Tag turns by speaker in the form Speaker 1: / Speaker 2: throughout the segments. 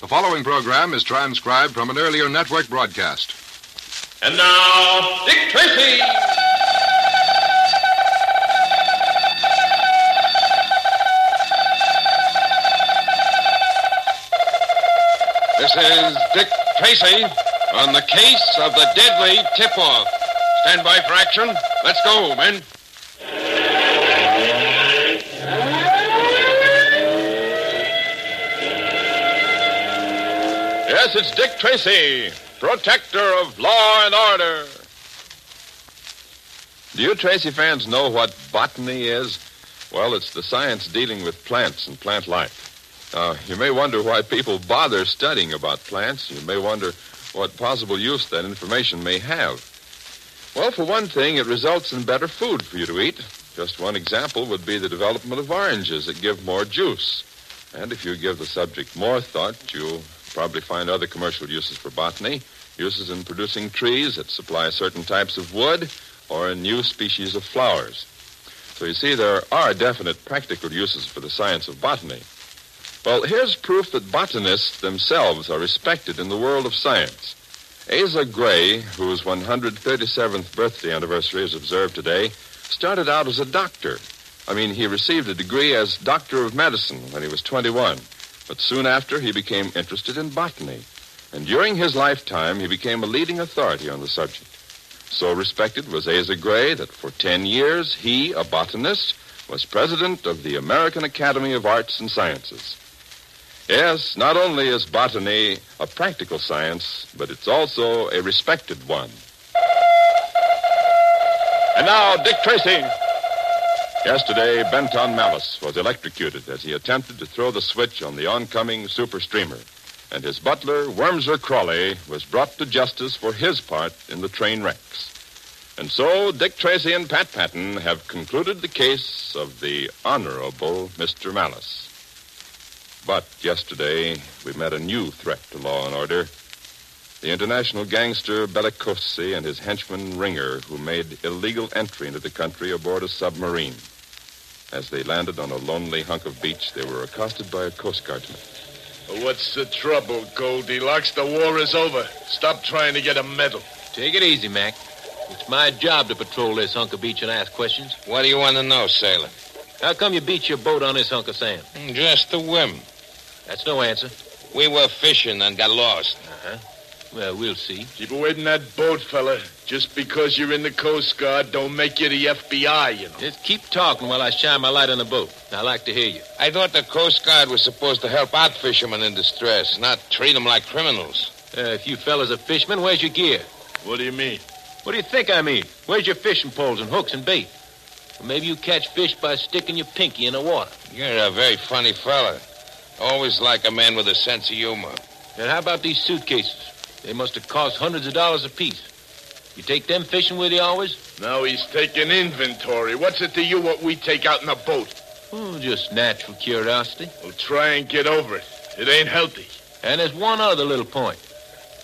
Speaker 1: The following program is transcribed from an earlier network broadcast.
Speaker 2: And now, Dick Tracy!
Speaker 3: This is Dick Tracy on the case of the deadly tip off. Stand by for action. Let's go, men.
Speaker 2: Yes, it's Dick Tracy, protector of law and order. Do you Tracy fans know what botany is? Well, it's the science dealing with plants and plant life. Uh, you may wonder why people bother studying about plants. You may wonder what possible use that information may have. Well, for one thing, it results in better food for you to eat. Just one example would be the development of oranges that give more juice. And if you give the subject more thought, you'll probably find other commercial uses for botany, uses in producing trees that supply certain types of wood or in new species of flowers. So you see, there are definite practical uses for the science of botany. Well, here's proof that botanists themselves are respected in the world of science. Asa Gray, whose 137th birthday anniversary is observed today, started out as a doctor. I mean, he received a degree as Doctor of Medicine when he was 21. But soon after, he became interested in botany. And during his lifetime, he became a leading authority on the subject. So respected was Asa Gray that for 10 years, he, a botanist, was president of the American Academy of Arts and Sciences. Yes, not only is botany a practical science, but it's also a respected one. And now, Dick Tracy. Yesterday, Benton Malice was electrocuted as he attempted to throw the switch on the oncoming super streamer. And his butler, Wormser Crawley, was brought to justice for his part in the train wrecks. And so, Dick Tracy and Pat Patton have concluded the case of the Honorable Mr. Malice. But yesterday, we met a new threat to law and order the international gangster Bellicosi and his henchman Ringer, who made illegal entry into the country aboard a submarine. As they landed on a lonely hunk of beach, they were accosted by a Coast Guardsman.
Speaker 4: What's the trouble, Goldilocks? The war is over. Stop trying to get a medal.
Speaker 5: Take it easy, Mac. It's my job to patrol this hunk of beach and ask questions.
Speaker 6: What do you want to know, sailor?
Speaker 5: How come you beat your boat on this hunk of sand?
Speaker 6: Just the whim.
Speaker 5: That's no answer.
Speaker 6: We were fishing and got lost.
Speaker 5: Uh-huh. Well, we'll see.
Speaker 4: Keep away from that boat, fella. Just because you're in the Coast Guard don't make you the FBI, you know.
Speaker 5: Just keep talking while I shine my light on the boat. I like to hear you.
Speaker 6: I thought the Coast Guard was supposed to help out fishermen in distress, not treat them like criminals.
Speaker 5: Uh, if you fellas are fishermen, where's your gear?
Speaker 4: What do you mean?
Speaker 5: What do you think I mean? Where's your fishing poles and hooks and bait? Or maybe you catch fish by sticking your pinky in the water.
Speaker 6: You're a very funny fella. Always like a man with a sense of humor.
Speaker 5: And how about these suitcases? They must have cost hundreds of dollars apiece. You take them fishing with you always?
Speaker 4: No, he's taking inventory. What's it to you what we take out in the boat?
Speaker 5: Oh, just natural curiosity.
Speaker 4: Well, try and get over it. It ain't healthy.
Speaker 5: And there's one other little point.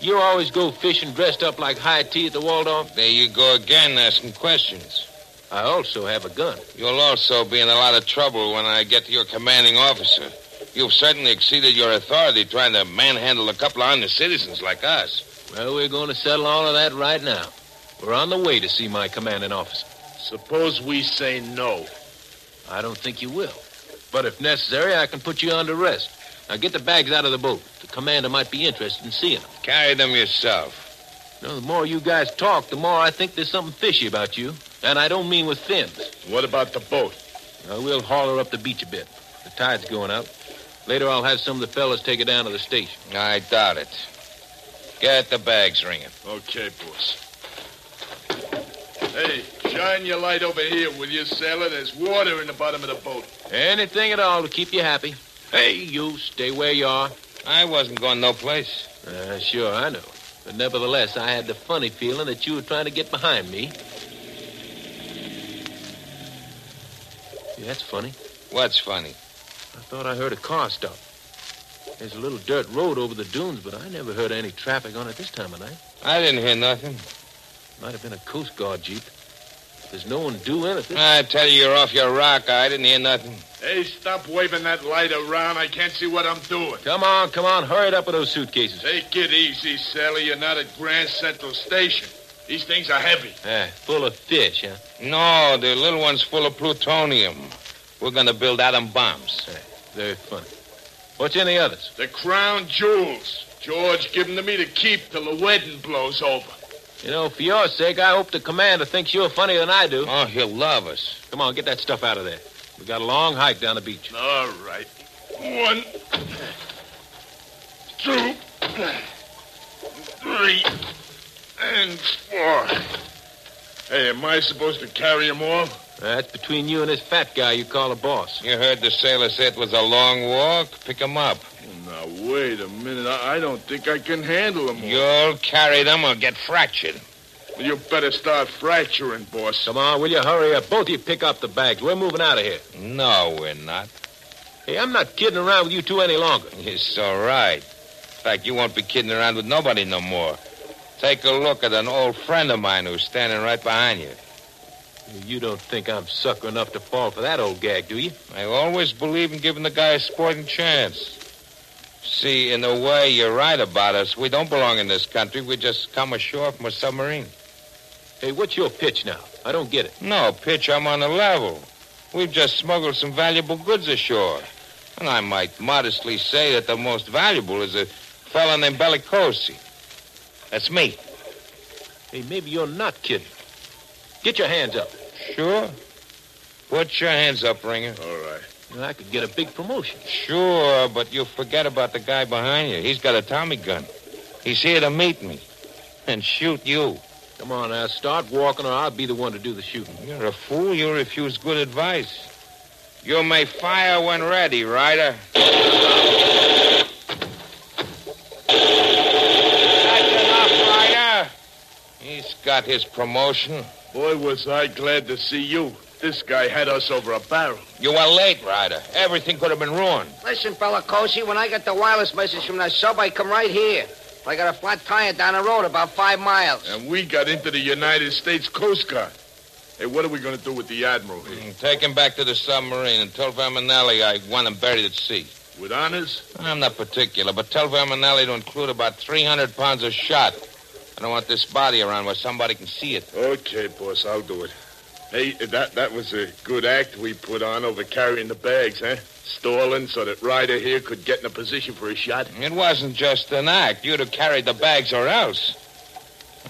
Speaker 5: You always go fishing dressed up like high tea at the Waldorf.
Speaker 6: There you go again, asking questions.
Speaker 5: I also have a gun.
Speaker 6: You'll also be in a lot of trouble when I get to your commanding officer. You've certainly exceeded your authority trying to manhandle a couple of honest citizens like us.
Speaker 5: Well, we're going to settle all of that right now. We're on the way to see my commanding officer.
Speaker 4: Suppose we say no.
Speaker 5: I don't think you will. But if necessary, I can put you under arrest. Now get the bags out of the boat. The commander might be interested in seeing them.
Speaker 6: Carry them yourself.
Speaker 5: You know, the more you guys talk, the more I think there's something fishy about you. And I don't mean with fins.
Speaker 4: What about the boat?
Speaker 5: Now, we'll haul her up the beach a bit. The tide's going up. Later, I'll have some of the fellas take it down to the station.
Speaker 6: I doubt it. Get the bags, Ringer.
Speaker 4: Okay, boss. Hey, shine your light over here, will you, sailor? There's water in the bottom of the boat.
Speaker 5: Anything at all to keep you happy. Hey, you, stay where you are.
Speaker 6: I wasn't going no place.
Speaker 5: Uh, sure, I know. But nevertheless, I had the funny feeling that you were trying to get behind me. Yeah, that's funny.
Speaker 6: What's funny?
Speaker 5: I thought I heard a car stop. There's a little dirt road over the dunes, but I never heard any traffic on it this time of night.
Speaker 6: I didn't hear nothing.
Speaker 5: Might have been a Coast Guard jeep. There's no one due anything.
Speaker 6: I tell you, you're off your rock. I didn't hear nothing.
Speaker 4: Hey, stop waving that light around. I can't see what I'm doing.
Speaker 5: Come on, come on. Hurry it up with those suitcases.
Speaker 4: Take it easy, Sally. You're not at Grand Central Station. These things are heavy.
Speaker 5: Ah, full of fish, huh?
Speaker 6: No, the little one's full of plutonium. We're going to build atom bombs.
Speaker 5: Very funny. What's in the others?
Speaker 4: The crown jewels. George, give them to me to keep till the wedding blows over.
Speaker 5: You know, for your sake, I hope the commander thinks you're funnier than I do.
Speaker 6: Oh, he'll love us.
Speaker 5: Come on, get that stuff out of there. We got a long hike down the beach.
Speaker 4: All right. One, two, three, and four. Hey, am I supposed to carry them all?
Speaker 5: That's between you and this fat guy you call a boss.
Speaker 6: You heard the sailor say it was a long walk. Pick 'em up.
Speaker 4: Now, wait a minute. I, I don't think I can handle them all.
Speaker 6: You'll carry them or get fractured.
Speaker 4: You better start fracturing, boss.
Speaker 5: Come on, will you hurry up? Both of you pick up the bags. We're moving out of here.
Speaker 6: No, we're not.
Speaker 5: Hey, I'm not kidding around with you two any longer.
Speaker 6: You're so right. In fact, you won't be kidding around with nobody no more. Take a look at an old friend of mine who's standing right behind you.
Speaker 5: You don't think I'm sucker enough to fall for that old gag, do you?
Speaker 6: I always believe in giving the guy a sporting chance. See, in a way, you're right about us. We don't belong in this country. We just come ashore from a submarine.
Speaker 5: Hey, what's your pitch now? I don't get it.
Speaker 6: No, Pitch, I'm on the level. We've just smuggled some valuable goods ashore. And I might modestly say that the most valuable is a fellow named Bellicosi. That's me.
Speaker 5: Hey, maybe you're not kidding. Get your hands up.
Speaker 6: Sure. Put your hands up, Ringer.
Speaker 4: All right.
Speaker 5: You know, I could get a big promotion.
Speaker 6: Sure, but you forget about the guy behind you. He's got a Tommy gun. He's here to meet me and shoot you.
Speaker 5: Come on now, start walking or I'll be the one to do the shooting.
Speaker 6: You're a fool. You refuse good advice. You may fire when ready, Ryder. That's enough, Ryder. He's got his promotion.
Speaker 4: Boy, was I glad to see you. This guy had us over a barrel.
Speaker 6: You were late, Ryder. Everything could have been ruined.
Speaker 7: Listen, Belicosi, when I got the wireless message from the sub, I come right here. I got a flat tire down the road about five miles.
Speaker 4: And we got into the United States Coast Guard. Hey, what are we going to do with the Admiral here?
Speaker 6: Take him back to the submarine and tell Verminelli I want him buried at sea.
Speaker 4: With honors?
Speaker 6: I'm not particular, but tell Verminelli to include about 300 pounds of shot. I don't want this body around where somebody can see it.
Speaker 4: Okay, boss, I'll do it. Hey, that, that was a good act we put on over carrying the bags, huh? Stalling so that Ryder here could get in a position for a shot.
Speaker 6: It wasn't just an act. You'd have carried the bags or else.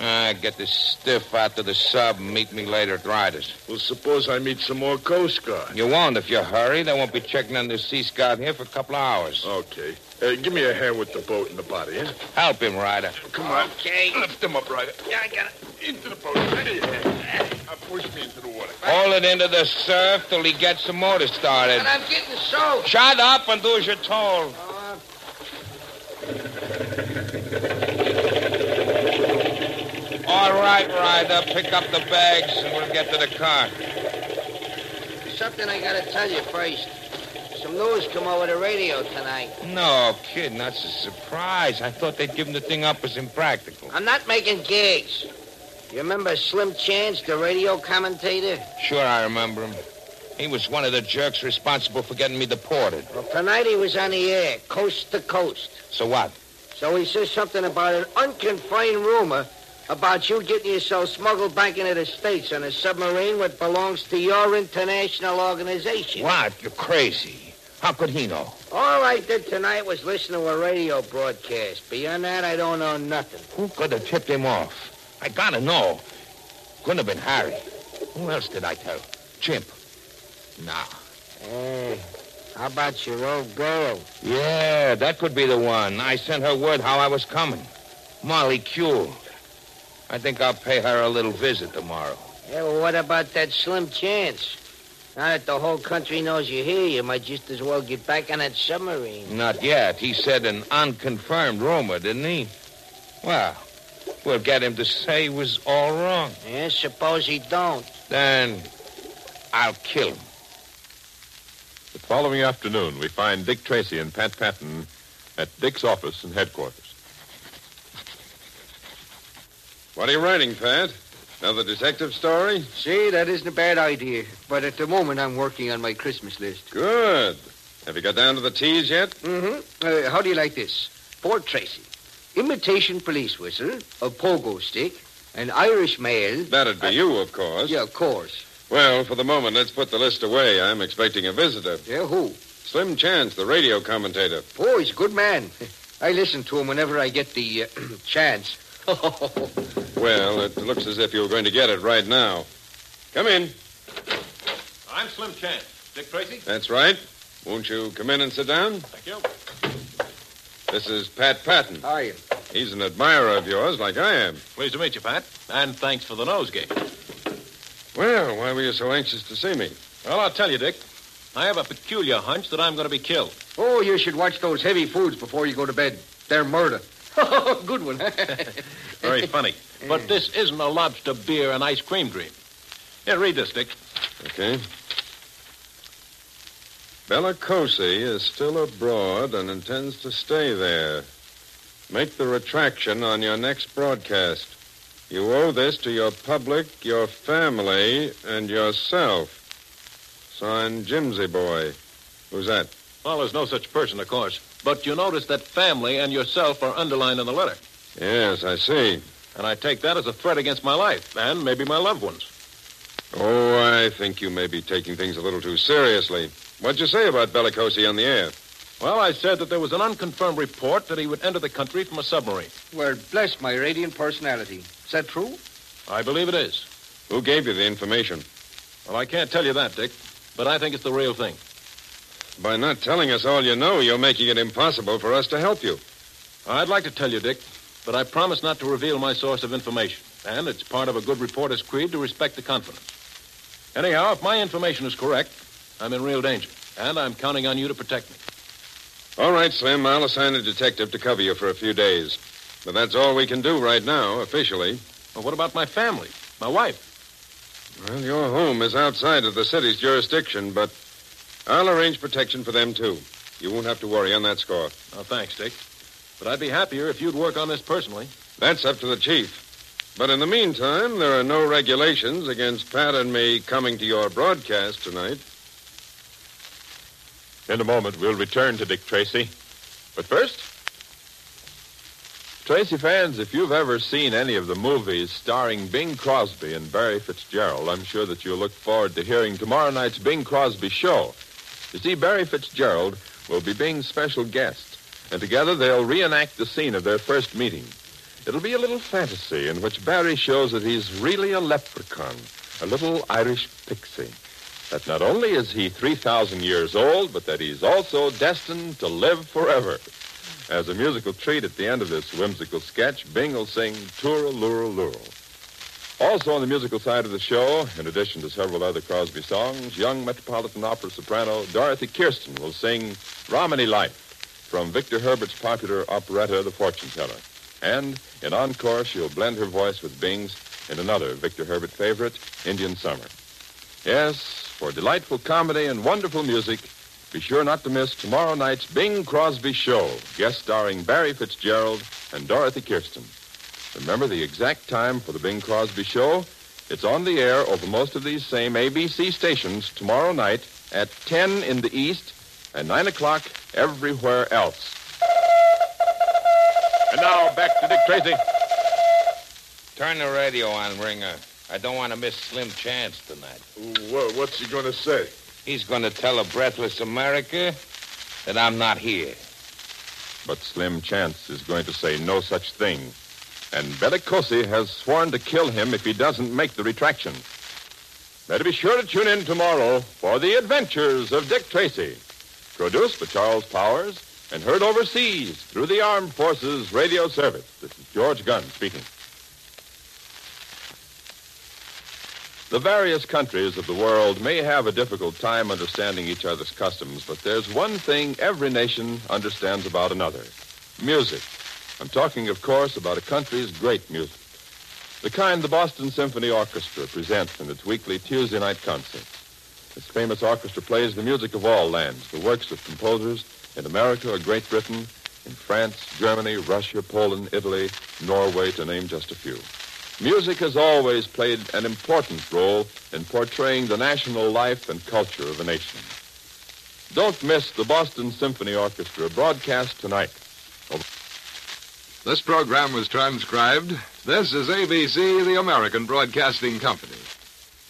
Speaker 6: Ah, get this stiff out to the sub and meet me later at Ryder's.
Speaker 4: Well, suppose I meet some more Coast Guard.
Speaker 6: You won't if you hurry. They won't be checking on the Sea Scout here for a couple of hours.
Speaker 4: Okay. Hey, give me a hand with the boat and the body, huh?
Speaker 6: Help him, Ryder.
Speaker 4: Come on.
Speaker 7: Okay.
Speaker 4: Lift him up, Ryder. Yeah, I got it. Into the boat. Right in here. Now push me into the water.
Speaker 6: Hold it into the surf till he gets the motor started.
Speaker 7: And I'm getting soaked.
Speaker 6: Shut up and do as you're told.
Speaker 7: Uh,
Speaker 6: All right, Ryder, pick up the bags and we'll get to the car.
Speaker 7: something I gotta tell you first. Some news come over the radio tonight.
Speaker 6: No, kid, that's a surprise. I thought they'd given the thing up as impractical.
Speaker 7: I'm not making gigs. You remember Slim Chance, the radio commentator?
Speaker 6: Sure, I remember him. He was one of the jerks responsible for getting me deported.
Speaker 7: Well, tonight he was on the air, coast to coast.
Speaker 6: So what?
Speaker 7: So he says something about an unconfirmed rumor about you getting yourself smuggled back into the States on a submarine what belongs to your international organization.
Speaker 6: What? Ah, You're crazy. How could he know?
Speaker 7: All I did tonight was listen to a radio broadcast. Beyond that, I don't know nothing.
Speaker 6: Who could have tipped him off? I gotta know. Couldn't have been Harry. Who else did I tell? Chimp. Nah.
Speaker 7: Hey, how about your old girl?
Speaker 6: Yeah, that could be the one. I sent her word how I was coming. Molly Q. I think I'll pay her a little visit tomorrow.
Speaker 7: Yeah, well, what about that slim chance? Now that the whole country knows you're here, you might just as well get back on that submarine.
Speaker 6: Not yet. He said an unconfirmed rumor, didn't he? Well, we'll get him to say he was all wrong.
Speaker 7: Yeah, suppose he don't.
Speaker 6: Then I'll kill him.
Speaker 2: The following afternoon, we find Dick Tracy and Pat Patton at Dick's office and headquarters.
Speaker 3: What are you writing, Pat?
Speaker 8: Another detective story?
Speaker 7: See, that isn't a bad idea. But at the moment, I'm working on my Christmas list.
Speaker 8: Good. Have you got down to the T's yet?
Speaker 7: Mm-hmm. Uh, how do you like this? Port Tracy. Imitation police whistle, a pogo stick, an Irish mail.
Speaker 8: That'd be
Speaker 7: I-
Speaker 8: you, of course.
Speaker 7: Yeah, of course.
Speaker 8: Well, for the moment, let's put the list away. I'm expecting a visitor.
Speaker 7: Yeah, who?
Speaker 8: Slim Chance, the radio commentator.
Speaker 7: Oh, he's a good man. I listen to him whenever I get the uh, chance.
Speaker 8: Well, it looks as if you were going to get it right now. Come in.
Speaker 5: I'm Slim Chance. Dick Tracy?
Speaker 8: That's right. Won't you come in and sit down?
Speaker 5: Thank you.
Speaker 8: This is Pat Patton.
Speaker 7: Are you?
Speaker 8: He's an admirer of yours, like I am.
Speaker 5: Pleased to meet you, Pat. And thanks for the nosegay.
Speaker 8: Well, why were you so anxious to see me?
Speaker 5: Well, I'll tell you, Dick. I have a peculiar hunch that I'm going to be killed.
Speaker 7: Oh, you should watch those heavy foods before you go to bed. They're murder. good one.
Speaker 5: Very funny. But this isn't a lobster beer and ice cream dream. Here, read this, Dick.
Speaker 8: Okay. Bella Cosi is still abroad and intends to stay there. Make the retraction on your next broadcast. You owe this to your public, your family, and yourself. Signed, Jimsy Boy. Who's that?
Speaker 5: Well, there's no such person, of course. But you notice that family and yourself are underlined in the letter.
Speaker 8: Yes, I see.
Speaker 5: And I take that as a threat against my life and maybe my loved ones.
Speaker 8: Oh, I think you may be taking things a little too seriously. What'd you say about Bella Cosi on the air?
Speaker 5: Well, I said that there was an unconfirmed report that he would enter the country from a submarine.
Speaker 7: well, bless my radiant personality. Is that true?
Speaker 5: I believe it is.
Speaker 8: Who gave you the information?
Speaker 5: Well, I can't tell you that, Dick, but I think it's the real thing.
Speaker 8: By not telling us all you know, you're making it impossible for us to help you.
Speaker 5: I'd like to tell you, Dick, but I promise not to reveal my source of information. And it's part of a good reporter's creed to respect the confidence. Anyhow, if my information is correct, I'm in real danger. And I'm counting on you to protect me.
Speaker 8: All right, Slim, I'll assign a detective to cover you for a few days. But that's all we can do right now, officially.
Speaker 5: Well, what about my family? My wife?
Speaker 8: Well, your home is outside of the city's jurisdiction, but I'll arrange protection for them, too. You won't have to worry on that score.
Speaker 5: Oh, thanks, Dick. But I'd be happier if you'd work on this personally.
Speaker 8: That's up to the chief. But in the meantime, there are no regulations against Pat and me coming to your broadcast tonight.
Speaker 2: In a moment, we'll return to Dick Tracy. But first, Tracy fans, if you've ever seen any of the movies starring Bing Crosby and Barry Fitzgerald, I'm sure that you'll look forward to hearing tomorrow night's Bing Crosby show. You see, Barry Fitzgerald will be Bing's special guest, and together they'll reenact the scene of their first meeting. It'll be a little fantasy in which Barry shows that he's really a leprechaun, a little Irish pixie that not only is he 3,000 years old, but that he's also destined to live forever. As a musical treat at the end of this whimsical sketch, Bing will sing Tooral Looral Looral. Also on the musical side of the show, in addition to several other Crosby songs, young Metropolitan Opera soprano Dorothy Kirsten will sing Romany Life from Victor Herbert's popular operetta The Fortune Teller. And in encore, she'll blend her voice with Bing's in another Victor Herbert favorite, Indian Summer. Yes, for delightful comedy and wonderful music, be sure not to miss tomorrow night's Bing Crosby Show, guest starring Barry Fitzgerald and Dorothy Kirsten. Remember the exact time for the Bing Crosby Show? It's on the air over most of these same ABC stations tomorrow night at 10 in the East and 9 o'clock everywhere else. And now back to Dick Tracy.
Speaker 6: Turn the radio on, Ringer. I don't want to miss Slim Chance tonight.
Speaker 9: Wha- what's he going to say?
Speaker 6: He's going to tell a breathless America that I'm not here.
Speaker 2: But Slim Chance is going to say no such thing. And Bella Cosi has sworn to kill him if he doesn't make the retraction. Better be sure to tune in tomorrow for The Adventures of Dick Tracy. Produced by Charles Powers and heard overseas through the Armed Forces Radio Service. This is George Gunn speaking. The various countries of the world may have a difficult time understanding each other's customs, but there's one thing every nation understands about another music. I'm talking, of course, about a country's great music. The kind the Boston Symphony Orchestra presents in its weekly Tuesday night concerts. This famous orchestra plays the music of all lands, the works of composers in America or Great Britain, in France, Germany, Russia, Poland, Italy, Norway, to name just a few. Music has always played an important role in portraying the national life and culture of a nation. Don't miss the Boston Symphony Orchestra broadcast tonight.
Speaker 10: This program was transcribed. This is ABC, the American Broadcasting Company.